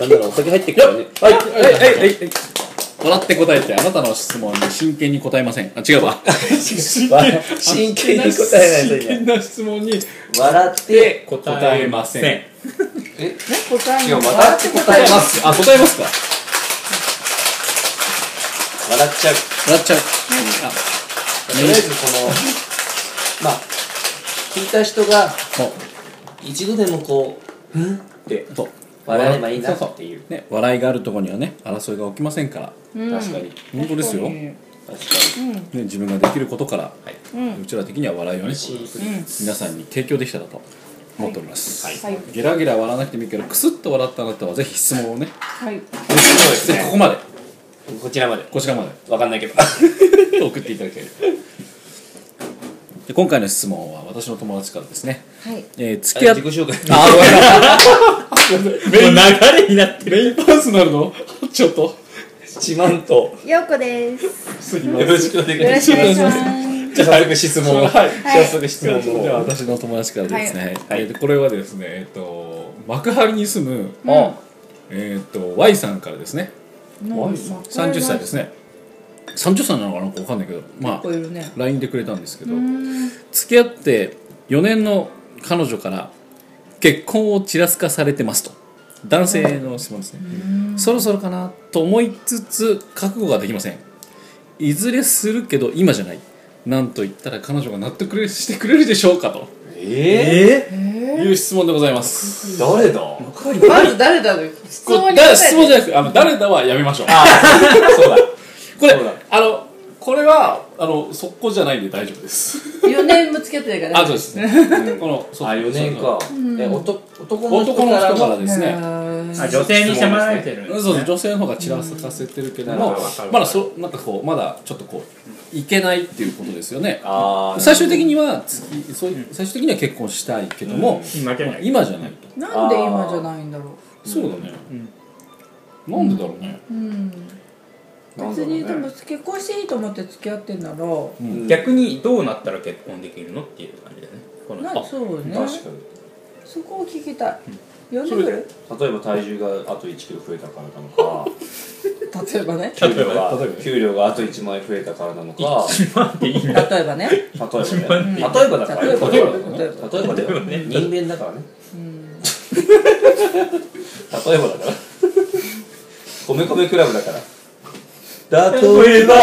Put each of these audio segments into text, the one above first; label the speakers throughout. Speaker 1: なんならお酒入ってっからね。
Speaker 2: はい、はい、はい、はい。笑って答えて、あなたの質問に真剣に答えません。あ、違うわ。
Speaker 3: 真
Speaker 1: 真剣に答えないとい
Speaker 2: 真
Speaker 1: けない。
Speaker 2: 剣な質問に
Speaker 1: 笑って、
Speaker 2: 答えません。
Speaker 3: え
Speaker 1: え答え違う、笑
Speaker 3: 笑
Speaker 1: って
Speaker 2: 答
Speaker 1: 答
Speaker 2: え
Speaker 1: え
Speaker 2: ま
Speaker 1: ます。
Speaker 2: す。あ、答えますか。
Speaker 1: 笑っちゃう。
Speaker 2: 笑っちゃう。あ、
Speaker 1: とりあえずこの、まあ、聞いた人が
Speaker 2: そう。
Speaker 1: 一度でもこう、うんって
Speaker 2: そう。
Speaker 1: 笑えばいいな
Speaker 2: そう
Speaker 1: っていう。
Speaker 2: そうね、笑いがあるところにはね、争いが起きませんから。
Speaker 4: うん
Speaker 1: 確かに。
Speaker 2: 本当ですよ。
Speaker 4: 確か
Speaker 2: ね、
Speaker 1: 確か
Speaker 2: 自分ができることから、
Speaker 4: にうん
Speaker 2: うちら的には笑いをね
Speaker 1: に。、シンプル
Speaker 4: うん
Speaker 2: 皆さんに提供できたらと思っております。
Speaker 1: はい
Speaker 4: はい
Speaker 2: ゲラゲラ笑わなくてもいいけど、クスッと笑ったあなたはぜひ質問をね。
Speaker 4: はい
Speaker 1: そうです
Speaker 2: ぜひここ
Speaker 1: ね。
Speaker 2: まで、
Speaker 1: こちらまで。
Speaker 2: こちらまで。
Speaker 1: わかんないけど。
Speaker 2: 送っていただけるで今回の質問は私の友達からですね、
Speaker 4: はい
Speaker 2: えー、付き合っ
Speaker 1: 自己紹介。
Speaker 2: あ
Speaker 3: もう流れになってる。
Speaker 2: メインパーソナルのちょっと
Speaker 1: ちまんと、
Speaker 4: ようこです
Speaker 2: すぎ
Speaker 1: よろしくお願い
Speaker 4: よろし
Speaker 1: し
Speaker 4: くお願
Speaker 1: ま
Speaker 4: いし
Speaker 1: す。
Speaker 4: ます
Speaker 1: じゃあ早速質問を。
Speaker 2: はい
Speaker 1: 早速質問
Speaker 2: では
Speaker 1: を。
Speaker 2: 私の友達からですね、
Speaker 1: はい
Speaker 2: えーとこれはですねえっ、と幕張に住む、
Speaker 1: あ
Speaker 2: えっ、と Y さんからですね
Speaker 4: なんか
Speaker 2: 30歳ですね30歳なのかなわかんないけどま
Speaker 4: こ
Speaker 2: あ
Speaker 4: れはいるね
Speaker 2: LINE でくれたんですけど、
Speaker 4: うーん
Speaker 2: 付き合って4年の彼女から結婚をちらつかされてますと男性の質問ですね、そろそろかなと思いつつ覚悟ができませんいずれするけど今じゃないなんと言ったら彼女が納得してくれるでしょうかと
Speaker 1: え
Speaker 3: え
Speaker 2: いう質問でございます
Speaker 1: ー誰だ
Speaker 4: まず誰だの質
Speaker 2: こ
Speaker 4: 問
Speaker 2: れ
Speaker 4: に
Speaker 2: だ
Speaker 4: 答
Speaker 2: 質
Speaker 4: え
Speaker 2: 問
Speaker 4: て
Speaker 2: じゃなくてあの誰だはやめましょう
Speaker 1: あー、そうだ。
Speaker 2: これ
Speaker 1: そうだ
Speaker 2: あのこれはあの速攻じゃないんで大丈夫です
Speaker 4: 4年も付き合ってないから
Speaker 2: あそうですねこの
Speaker 1: あ、4年か。え、男男の人
Speaker 2: 男の
Speaker 1: から
Speaker 2: 人から
Speaker 1: の
Speaker 2: です
Speaker 3: あ
Speaker 2: ね
Speaker 3: 女性に迫られてる。
Speaker 2: うんそうです女性の方がちらつかせてるけど
Speaker 3: うん
Speaker 2: も
Speaker 3: わかるわかる
Speaker 2: まだそなんかこうまだちょっとこういけないっていうことですよね
Speaker 1: あー
Speaker 2: 最終的には次そういう最終的には結婚したいけども、
Speaker 3: 今じゃ
Speaker 2: ま
Speaker 3: な
Speaker 2: あ
Speaker 3: い。
Speaker 2: 今じゃないと、
Speaker 4: なんで今じゃないんだろ
Speaker 2: そうだね、
Speaker 3: ん
Speaker 2: なんでだろうね、
Speaker 4: ううん
Speaker 1: なんだ
Speaker 4: 別
Speaker 1: ろうね
Speaker 4: にでも結婚していいと思って付き合ってんなら
Speaker 1: うん
Speaker 3: 逆にどうなったら結婚できるのっていう感じだよね。この
Speaker 4: なそうね
Speaker 1: 確かに。
Speaker 4: そこを聞きたい4年ぐらい
Speaker 1: 例えば体重があと1キロ増えたからなの か
Speaker 4: 例えばね
Speaker 1: 給料が
Speaker 2: 例えばね
Speaker 1: 給料があと1万円増えたからなのか
Speaker 4: 例えばね
Speaker 1: 例えば
Speaker 3: 1万円
Speaker 1: ね例えばだから
Speaker 4: 例えば
Speaker 1: 例えばだから
Speaker 4: 例え
Speaker 1: 例えばだよ
Speaker 3: 例えばね
Speaker 1: 人間だからね
Speaker 4: うん
Speaker 1: 例えばだから米米クラブだから例えば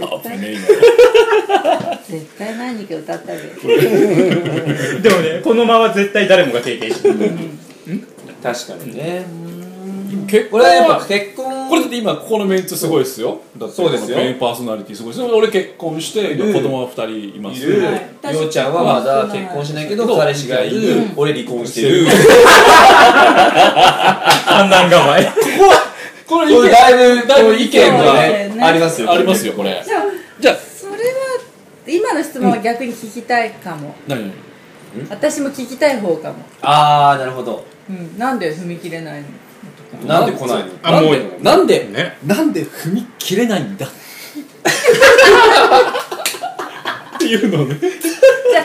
Speaker 2: あ危ねえ
Speaker 4: 絶対何か歌ってあげる
Speaker 3: でもね、この間は絶対誰もが経験してる。
Speaker 1: 確かにね
Speaker 2: 今結
Speaker 1: こ
Speaker 2: 婚
Speaker 1: れ
Speaker 2: は
Speaker 1: はやっぱ結婚
Speaker 2: これだって今ここのメンツすごいですよ
Speaker 1: だってそうですよ
Speaker 2: このメインパーソナリティすごいですよ俺結婚して今子供は2人いま
Speaker 1: い
Speaker 2: す
Speaker 1: る
Speaker 4: はい
Speaker 1: りょうちゃんはまだ結婚しないけど
Speaker 2: うん
Speaker 1: 彼氏がいる俺離婚してる
Speaker 3: 判断構え。
Speaker 2: これ
Speaker 1: これだいぶ
Speaker 2: だい
Speaker 1: こ
Speaker 2: ぶ
Speaker 1: う意見
Speaker 4: そう
Speaker 1: が
Speaker 4: だよ
Speaker 1: ね
Speaker 4: ね
Speaker 1: ありますよ
Speaker 2: ありますよこれ
Speaker 4: じゃあ
Speaker 2: じゃあ
Speaker 4: それは今の質問は逆に聞きたいかも、
Speaker 2: 何
Speaker 4: 私も聞きたい方かも、
Speaker 1: ああなるほど
Speaker 4: うん、なんで踏み切れないの
Speaker 1: なんで来ないの
Speaker 3: あ
Speaker 2: なん
Speaker 3: も
Speaker 2: で
Speaker 3: う
Speaker 2: なんで
Speaker 3: ね。
Speaker 2: なんで踏み切れないんだっていうのをね
Speaker 4: じゃ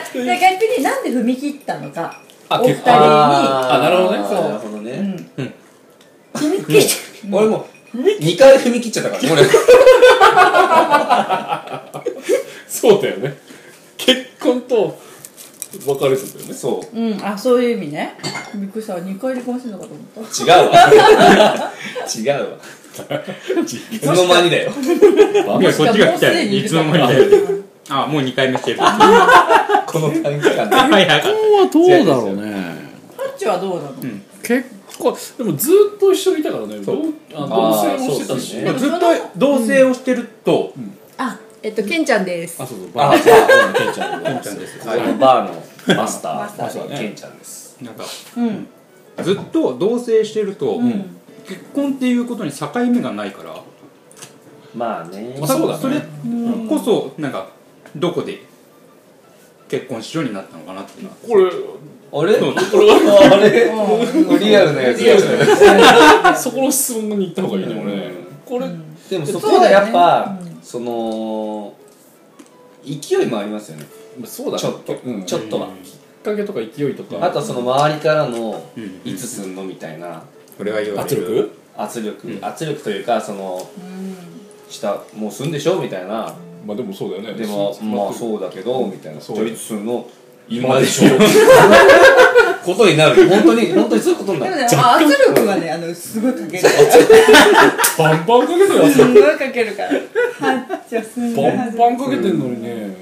Speaker 4: あじゃあ逆になんで踏み切ったのか
Speaker 2: あ
Speaker 4: お二
Speaker 2: 結
Speaker 4: 人
Speaker 2: 婚
Speaker 4: に
Speaker 2: あなるほどね
Speaker 1: そうなるほどね
Speaker 4: 踏み切
Speaker 1: 俺も2回踏み切っちゃったからね俺
Speaker 2: そうだよね結婚と別れすんだよね
Speaker 1: そう
Speaker 4: うんあそういう意味ねびっくりした2回離婚してんのかと思った
Speaker 1: 違うわ違うわ いつの間にだよ
Speaker 3: いや、こっちが来た
Speaker 4: もうすで
Speaker 3: よ。
Speaker 4: にい
Speaker 3: い
Speaker 4: る
Speaker 3: つ
Speaker 4: から
Speaker 3: の間にだよ。 あ、もう2回目 してる。は
Speaker 1: この短期間で
Speaker 3: いはい。
Speaker 2: はどうだろうね
Speaker 4: タッチはどうなの、
Speaker 2: 結構でもずっと一緒にいたからね
Speaker 3: そう
Speaker 2: どうあ同棲もして
Speaker 1: あーそう
Speaker 2: た
Speaker 1: で
Speaker 2: し
Speaker 1: すね
Speaker 3: ずっと同棲をしてると、
Speaker 4: あえっとケンちゃんです
Speaker 2: あそうそうバーバーのケンちゃんでございま
Speaker 3: ケ
Speaker 2: す
Speaker 3: ンちゃんです
Speaker 1: このバーのマスタ
Speaker 4: マスタ
Speaker 1: ー
Speaker 4: ー
Speaker 2: ね
Speaker 1: ケンちゃんです
Speaker 3: なんか、
Speaker 4: うん
Speaker 3: ずっと同棲してると、
Speaker 4: うん
Speaker 3: 結婚っていうことに境目がないから、
Speaker 1: まあね
Speaker 2: まあそうだね
Speaker 3: それこそ、なんか、どこで結婚しようになったのかなっていうのは。
Speaker 2: これ
Speaker 1: あれ
Speaker 3: そう
Speaker 1: あれ
Speaker 4: う
Speaker 1: リアルなやつだよね
Speaker 2: そこの質問に行った方がいいね俺ねこれ、
Speaker 1: でもそ
Speaker 4: そう
Speaker 1: こは
Speaker 4: だよ
Speaker 1: やっ
Speaker 4: ね
Speaker 1: ぱ
Speaker 4: うん
Speaker 1: その勢いもありますよね
Speaker 2: そうだね
Speaker 1: ちょっと
Speaker 2: うん
Speaker 1: ちょっとは
Speaker 3: うん
Speaker 2: かけとか勢いとか
Speaker 1: あとはその周りからの
Speaker 3: うんうん
Speaker 1: 「いつすんの?」みたいな
Speaker 3: これは言われる
Speaker 2: 圧力
Speaker 1: 圧力、
Speaker 3: うん
Speaker 1: 圧力というかその
Speaker 4: うん
Speaker 1: 下もうすんでしょみたいな
Speaker 5: まあでもそうだよね
Speaker 1: でもまあ
Speaker 5: う
Speaker 1: そうだけどみたいな
Speaker 5: そう
Speaker 1: じゃあいつすんの今でしょことになる本当 に本当にそういうことにな
Speaker 4: でも
Speaker 1: る
Speaker 4: ね、あ圧力がね、あの、すごいかける。
Speaker 2: バンバンかけてる
Speaker 4: すんごいかけるから。はっちゃすんごい
Speaker 2: バ
Speaker 4: は
Speaker 2: ン
Speaker 4: っち
Speaker 2: バンかけてんのにね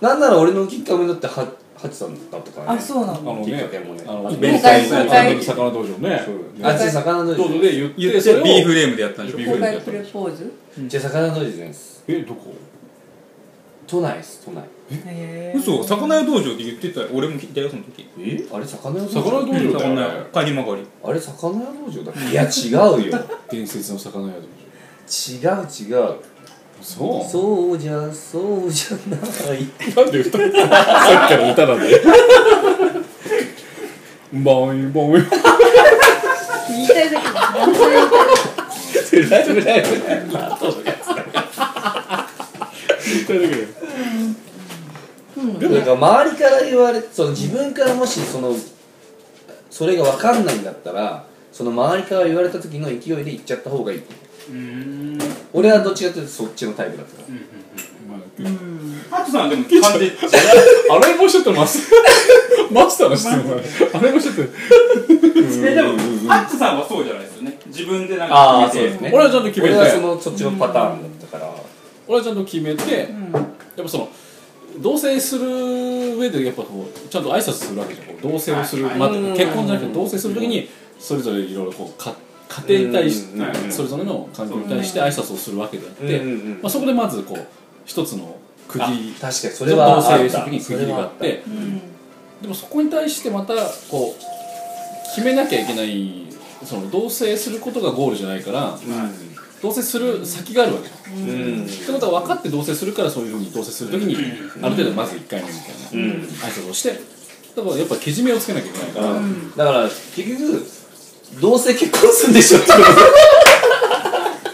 Speaker 1: なんなら俺のきっかけだってはハチさんだったから
Speaker 4: ゃ。
Speaker 1: ね
Speaker 4: あ、そうな
Speaker 2: あ
Speaker 4: の。
Speaker 2: の
Speaker 1: きっ
Speaker 2: ね
Speaker 1: かけもね
Speaker 2: あの
Speaker 1: イ
Speaker 2: イ
Speaker 1: ベ
Speaker 2: ベ
Speaker 1: ン
Speaker 2: ント
Speaker 1: ト
Speaker 4: 公開公開
Speaker 2: 魚道場ね
Speaker 1: あっち魚の
Speaker 2: 道
Speaker 1: 時
Speaker 2: 場で言って
Speaker 3: 言っ
Speaker 2: それ
Speaker 3: て
Speaker 2: を
Speaker 3: ビーフレームでやったんでしょ
Speaker 2: ビー
Speaker 4: 公
Speaker 2: フレーム
Speaker 4: 開プレポーズ
Speaker 1: じゃあ魚の時です
Speaker 5: えどこ
Speaker 1: 都内です都内
Speaker 4: へー
Speaker 3: 嘘魚屋道場で言ってたよ俺も聞いたよその時
Speaker 1: えあれ魚屋道
Speaker 5: 魚
Speaker 1: 場
Speaker 5: 道場だよ
Speaker 3: 魚
Speaker 5: ね
Speaker 3: 屋帰り曲がり
Speaker 1: あれ魚屋道場だっけいや 違うよ
Speaker 5: 伝説の魚屋道場
Speaker 1: 違う違う
Speaker 5: そ
Speaker 1: そうじゃそうじゃない
Speaker 2: なんで歌うさっきから歌なんでバイバイ
Speaker 4: 言いたいだけだ
Speaker 1: ライブライブでもなんか周りから言われその自分からもしそのそれが分かんないんだったらその周りから言われた時の勢いで行っちゃった方がいい
Speaker 3: うん
Speaker 1: 俺はどっちかというとそっちのタイプだったか
Speaker 3: ハトさんでも完全
Speaker 2: 洗いもしちゃってます。 マスターの質問だね。洗いもしちゃってる。
Speaker 3: えでもハトさんはそうじゃないですよね自分でなん
Speaker 1: あ
Speaker 3: か
Speaker 1: ー
Speaker 3: 決め
Speaker 1: そうです
Speaker 3: て
Speaker 1: ね
Speaker 2: 俺はちゃんと決め
Speaker 1: ら俺はそ
Speaker 2: て、
Speaker 1: のそっちのパターンだったから
Speaker 2: 俺はちゃんと決めて、やっ
Speaker 4: けど。
Speaker 2: ぱその、同棲する上で、やっぱこう、ちゃんと挨拶するわけじゃん。こう同棲をする、
Speaker 3: はい
Speaker 2: まあ、
Speaker 1: うん
Speaker 2: 結婚じゃなくて同棲するときに、それぞれいろいろこう、か家庭に対し
Speaker 1: うんうん
Speaker 3: うん
Speaker 2: それぞれの環境に対して挨拶をするわけであって、
Speaker 1: うんうんうん
Speaker 2: まあ、そこでまずこう、一つの区
Speaker 1: あ
Speaker 2: 切り、
Speaker 1: 確かにそれはあった
Speaker 2: 同棲するときに区切りがあっ
Speaker 1: それは
Speaker 2: て、
Speaker 4: うん。うん。
Speaker 2: でもそこに対してまたこう決めなきゃいけないその同棲することがゴールじゃないから
Speaker 1: あっ
Speaker 2: 同棲する先があるわけじゃん。
Speaker 1: たうん
Speaker 2: ってことは分かって同棲するからそういうふうに同棲するときにある程度まず1回目みたい
Speaker 1: うん、うん
Speaker 2: な挨拶をしてだからやっぱけじめをつけなきゃいけないから
Speaker 1: だから結局どうせ結婚するんでしょってこ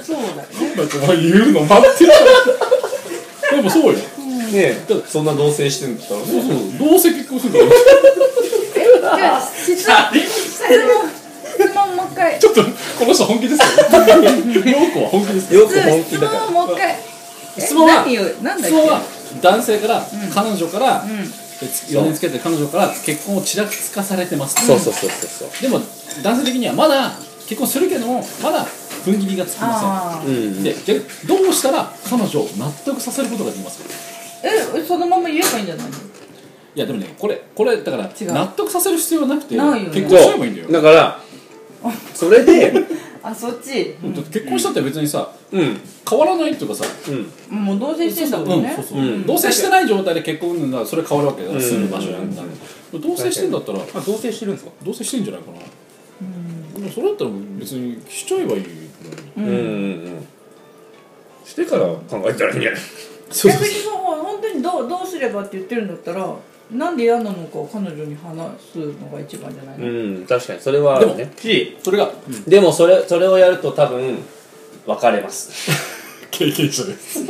Speaker 4: そうだよね。
Speaker 2: お前言うの待ってた でも そうよ
Speaker 1: とねえそんな同棲してるんだったら
Speaker 2: そう
Speaker 1: ね
Speaker 2: そう同棲結婚するから
Speaker 4: じゃあ、質問、質問、質問もう一回。
Speaker 2: ちょっと この人本気ですよ陽子は本気です
Speaker 1: よく本気
Speaker 4: 質
Speaker 1: だから
Speaker 4: 問をもう一回。え
Speaker 2: 質問は
Speaker 4: 何を、なんだっ
Speaker 2: 質
Speaker 4: け
Speaker 2: 問は男性から彼女から
Speaker 4: うん。
Speaker 2: 4年つけてる彼女から結婚をちらつかされてます
Speaker 1: そうそうそうそうそう
Speaker 2: でも男性的にはまだ結婚するけどもまだ踏ん切りがつきま
Speaker 4: ああ
Speaker 1: う。
Speaker 2: せ
Speaker 1: ん
Speaker 2: んでじゃあどうしたら彼女を納得させることができますか
Speaker 4: え、そのまま言えばいいんじゃない
Speaker 2: いやでもねこれこれだから
Speaker 4: 違う
Speaker 2: 納得させる必要はなくて
Speaker 4: ないよね
Speaker 2: 結婚すればいいんだよ
Speaker 1: だからそれで
Speaker 4: あ、そっち。
Speaker 2: だって結婚したって別にさ
Speaker 1: うん
Speaker 2: 変わらないっていうかさ
Speaker 1: うん
Speaker 4: もう同棲してんだ
Speaker 2: う
Speaker 4: もん
Speaker 2: ん
Speaker 4: ね
Speaker 2: そう。そう
Speaker 1: うん
Speaker 2: 同棲してない状態で結婚ならそれ変わるわけだから
Speaker 1: うん
Speaker 2: 住む場所やんか同棲してんだったら
Speaker 3: あ同棲してるんですか
Speaker 2: 同棲してんじゃないかなでもそれだったら別にしちゃえばいいのに
Speaker 1: うんうんしてから考えたらいいんじゃない
Speaker 2: そう
Speaker 4: 逆
Speaker 2: そう
Speaker 4: に
Speaker 2: そう
Speaker 4: そう本当にどうどうすればって言ってるんだったらなんで嫌なのかを彼女に話すのが一番じゃないの、
Speaker 1: うん確かにそれはあ
Speaker 2: で
Speaker 1: る
Speaker 2: も
Speaker 1: ね
Speaker 3: し
Speaker 2: それが
Speaker 1: でもそれそれをやると多分別れます
Speaker 2: 経験者です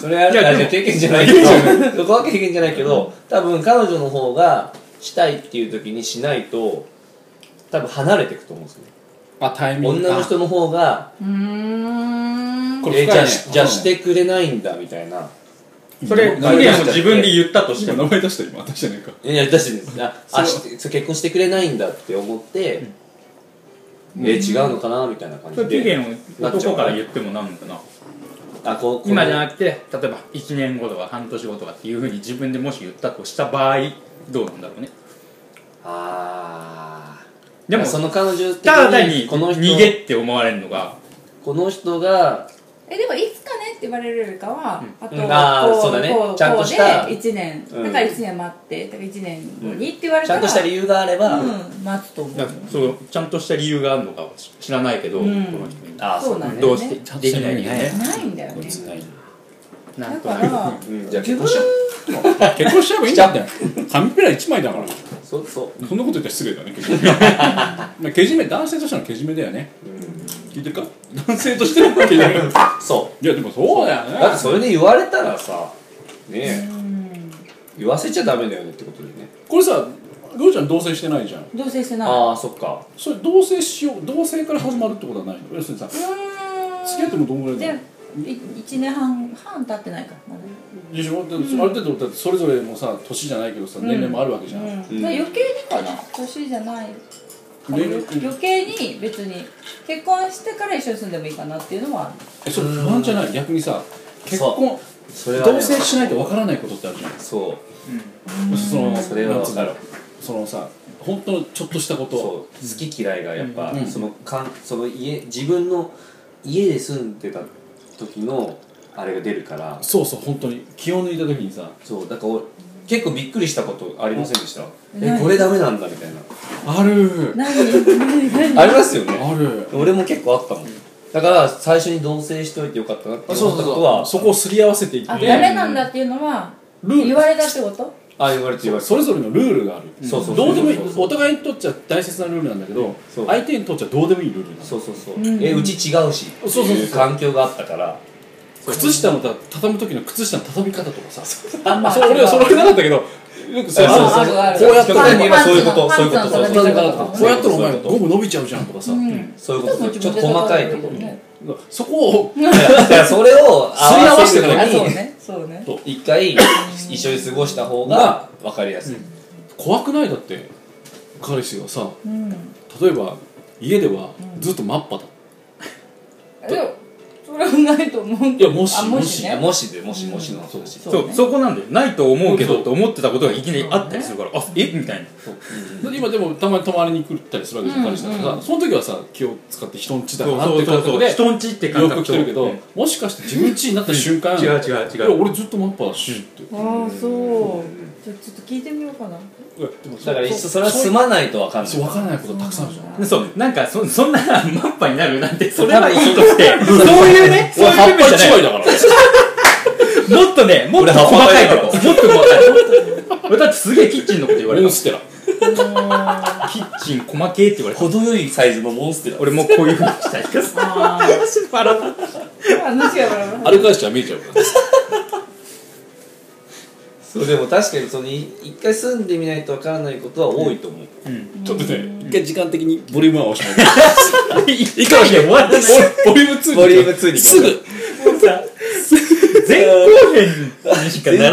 Speaker 1: それやる
Speaker 3: いや
Speaker 1: あ
Speaker 3: で
Speaker 1: じ
Speaker 3: も
Speaker 1: ゃあ経験じゃないけどそこは経験じゃないけど多分彼女の方がしたいっていう時にしないと多分離れていくと思うんですよね
Speaker 2: あタイミング
Speaker 1: 女の人の方が
Speaker 4: うーん
Speaker 2: これ
Speaker 1: えじ
Speaker 2: 深い
Speaker 1: ゃあ
Speaker 2: ね
Speaker 1: しじゃあしてくれないんだみたいな
Speaker 3: それ
Speaker 1: な
Speaker 3: クリアも自分で言ったとして
Speaker 2: 今
Speaker 3: も
Speaker 2: 名前出した今出してないか
Speaker 1: いや私ねああ
Speaker 2: そ
Speaker 1: してそう結婚してくれないんだって思って、え違うのかなみたいな感
Speaker 3: そ
Speaker 1: じ
Speaker 3: れ期
Speaker 1: で
Speaker 3: 限を男から言ってもなんのかな
Speaker 1: あこうこう
Speaker 3: 今じゃなくて例えば1年後とか半年後とかっていうふうに自分でもし言ったとした場合どうなんだろうね
Speaker 1: あー
Speaker 3: でも
Speaker 1: その彼女的
Speaker 3: ただ単に
Speaker 1: この人
Speaker 3: 逃げって思われるのが
Speaker 1: この人が
Speaker 4: えでもいつかねって言われるよりかは、あと
Speaker 1: うんあー
Speaker 4: こ
Speaker 1: そうだね
Speaker 4: こう
Speaker 1: ちゃんとした
Speaker 4: こうで1年
Speaker 1: うん
Speaker 4: だから1年待ってだから1年後にって言われ
Speaker 1: ち
Speaker 4: た
Speaker 1: ゃん
Speaker 4: ら、
Speaker 1: とした理由があれば、
Speaker 4: うん待つと思う
Speaker 3: なんかそうちゃんとした理由があるのかは知らないけど、
Speaker 4: うん
Speaker 3: この人に
Speaker 1: あー
Speaker 4: そうなんだよね
Speaker 3: どうして
Speaker 2: ちゃんと
Speaker 3: で
Speaker 2: し
Speaker 3: き
Speaker 2: た
Speaker 3: ない
Speaker 2: 理由
Speaker 3: の
Speaker 2: が
Speaker 3: か
Speaker 2: ね
Speaker 3: ね
Speaker 4: ないんだよね
Speaker 2: ない
Speaker 3: な
Speaker 4: だ
Speaker 3: んと
Speaker 4: か
Speaker 3: なく
Speaker 4: ら
Speaker 1: うんじゃあ結
Speaker 4: 自分
Speaker 1: 婚しよ
Speaker 2: 結婚しちゃえばいいん だって紙ペラ1枚だから
Speaker 1: うそうそ
Speaker 2: そんなこと言ったら失礼だね 結局まあけじめ男性としてのけじめだよね
Speaker 1: う、うん、
Speaker 2: 聞いてるか男性としてのけじ めい
Speaker 1: そ
Speaker 2: やでもそうだ
Speaker 1: うだ
Speaker 2: よ
Speaker 1: って
Speaker 2: ね
Speaker 1: それで言われたらさねえ
Speaker 4: うん
Speaker 1: 言わせちゃダメだよねってことでね
Speaker 2: これさグーちゃん同棲してないじゃん
Speaker 4: 同棲してない
Speaker 1: ああそっか
Speaker 2: それ同棲しよう同棲から始まるってことはないの要するにさ
Speaker 4: うーん
Speaker 2: 付き合ってもどんぐらいなの
Speaker 4: でい1年半半経ってないからまだ
Speaker 2: でしょでもある程度だってそれぞれもさ年じゃないけどさ、
Speaker 4: うん
Speaker 2: 年齢もあるわけじゃん、
Speaker 4: うん、だから余計にかな年じゃない
Speaker 2: 年齢
Speaker 4: 余計に別に結婚してから一緒に住んでもいいかなっていう のはある
Speaker 2: えそれ不安じゃない逆にさ結婚
Speaker 1: そ
Speaker 2: 同
Speaker 1: れは、ね、
Speaker 2: 棲しないとわからないことってあるじゃん
Speaker 1: そう
Speaker 2: その
Speaker 1: それは
Speaker 2: なんつうんだろう
Speaker 1: わか
Speaker 2: そのさ本当のちょっとしたこと
Speaker 1: そう好き嫌いがやっぱ、
Speaker 2: うん
Speaker 1: そのかんその家自分の家で住んでた時のあれが出るから
Speaker 2: そうそう本当に気を抜いた時にさ
Speaker 1: そうだから俺結構びっくりしたことありませんでした、
Speaker 4: な
Speaker 1: え
Speaker 4: い
Speaker 1: これダメなんだみたいな
Speaker 2: ある
Speaker 4: 何何何
Speaker 1: ありますよね
Speaker 2: ある
Speaker 1: 俺も結構あったもんだから最初に同棲しといてよかったなって
Speaker 2: あそ
Speaker 1: 思
Speaker 2: う
Speaker 1: っ
Speaker 2: そ
Speaker 1: た
Speaker 2: う
Speaker 1: こと
Speaker 2: そう
Speaker 1: は
Speaker 2: そこをすり合わせていって
Speaker 4: あダメなんだっていうのは
Speaker 2: ルー
Speaker 4: 言われたってこと
Speaker 1: あ言われて言われて
Speaker 2: それぞれのルールがある
Speaker 1: そうそう
Speaker 2: どうでもいい
Speaker 1: そうそう
Speaker 2: お互いにとっちゃ大切なルールなんだけど
Speaker 1: そう
Speaker 2: 相手にとっちゃどうでもいいルールなの
Speaker 1: そうそうそう、
Speaker 4: うん
Speaker 1: えうち違うし
Speaker 2: そうそうそう
Speaker 1: ってい環境があったから
Speaker 2: 靴下のた畳む時の靴下の畳み方とかさ
Speaker 4: あまあ
Speaker 2: そう俺はそれなかったけどよくさ
Speaker 1: あ
Speaker 2: そう
Speaker 1: あ
Speaker 2: そうこ
Speaker 1: る
Speaker 2: うやった
Speaker 1: 極端に言えば
Speaker 4: パン
Speaker 1: そういうこと
Speaker 4: パン
Speaker 1: そういうこと
Speaker 4: パンツ
Speaker 1: そ
Speaker 4: の
Speaker 2: こ
Speaker 1: ういうこと
Speaker 4: 畳み方
Speaker 2: うやったらお前
Speaker 1: そういうこと
Speaker 2: ゴム伸びちゃうじゃんとかさ
Speaker 4: うん
Speaker 1: そういうことです
Speaker 4: ち
Speaker 1: ち
Speaker 4: ょ
Speaker 1: ょ
Speaker 4: っ
Speaker 1: っと
Speaker 4: と自分で
Speaker 1: 細かいところ
Speaker 4: うん
Speaker 1: ね
Speaker 2: そこを
Speaker 1: だからそれを
Speaker 2: すり合わせて
Speaker 1: の
Speaker 2: か
Speaker 4: あ
Speaker 2: ら
Speaker 1: に
Speaker 4: そうねそうね
Speaker 2: そう
Speaker 1: 一回一緒に過ごした方が分かりやすい、
Speaker 2: 怖くないだって彼氏がさ
Speaker 4: うん
Speaker 2: 例えば家ではずっとマッパだ
Speaker 4: でもそれはないと思うけど
Speaker 2: いやもし
Speaker 4: あもし
Speaker 1: いや
Speaker 4: ね
Speaker 1: もしでもしもしの話、
Speaker 2: そう
Speaker 1: そ
Speaker 3: そう
Speaker 4: ね
Speaker 3: そこなんだよないと思うけ
Speaker 2: そ
Speaker 3: ど
Speaker 2: う
Speaker 3: と思ってたことがいきなりあったりするからあえみたいな
Speaker 2: で今でもたまに泊まりに来ったりするわけじゃん
Speaker 4: うん
Speaker 2: 彼氏だからさその時はさ気を使って人ん家だなっ
Speaker 3: そ
Speaker 2: て
Speaker 3: うそう
Speaker 2: 感
Speaker 3: そ
Speaker 2: 覚
Speaker 3: う
Speaker 2: で
Speaker 3: 人んちって感
Speaker 2: 洋
Speaker 3: 覚
Speaker 2: 服着
Speaker 3: と
Speaker 2: てるけど
Speaker 3: う
Speaker 2: もしかして自分家になった瞬間
Speaker 3: ん違う違う
Speaker 2: いや
Speaker 3: 違う
Speaker 2: 俺ずっとマッパだしって
Speaker 4: ああそうじゃあちょっと聞いてみようかな
Speaker 1: だから一緒それは済まないと分かんない
Speaker 2: そう分からないことたくさんあるじゃん
Speaker 4: うん
Speaker 3: そうなんかそそんなマッパになるなんてそれはいいとしてそういうねそうい
Speaker 2: 俺
Speaker 3: う
Speaker 2: 葉っ
Speaker 3: 部分
Speaker 2: ぱ
Speaker 3: じゃ
Speaker 2: 一
Speaker 3: ない
Speaker 2: 枚だか ら
Speaker 3: もっとねもっ
Speaker 1: 俺
Speaker 3: と
Speaker 1: 葉っぱ
Speaker 3: 細かいと
Speaker 1: だよ
Speaker 3: こもっと細かい俺だってすげえキッチンのこと言われ
Speaker 2: モ
Speaker 3: た
Speaker 2: ンステラ
Speaker 3: キッチン細けえって言われた
Speaker 1: 程よいサイズのモンステラ
Speaker 3: 俺もうこういうふうにした いです
Speaker 4: あ
Speaker 3: 笑った
Speaker 4: あ 話が笑う
Speaker 2: あれ返しちゃ見えちゃうから
Speaker 1: そうでも確かにそのい一回住んでみないと分からないことは多いと思う、
Speaker 2: ちょっとね一回時間的にボリュームは押しない
Speaker 3: いかに終わらない
Speaker 2: ボリューム2に
Speaker 1: ボリューム2に
Speaker 2: すぐ
Speaker 3: もうさ前後編にしかなら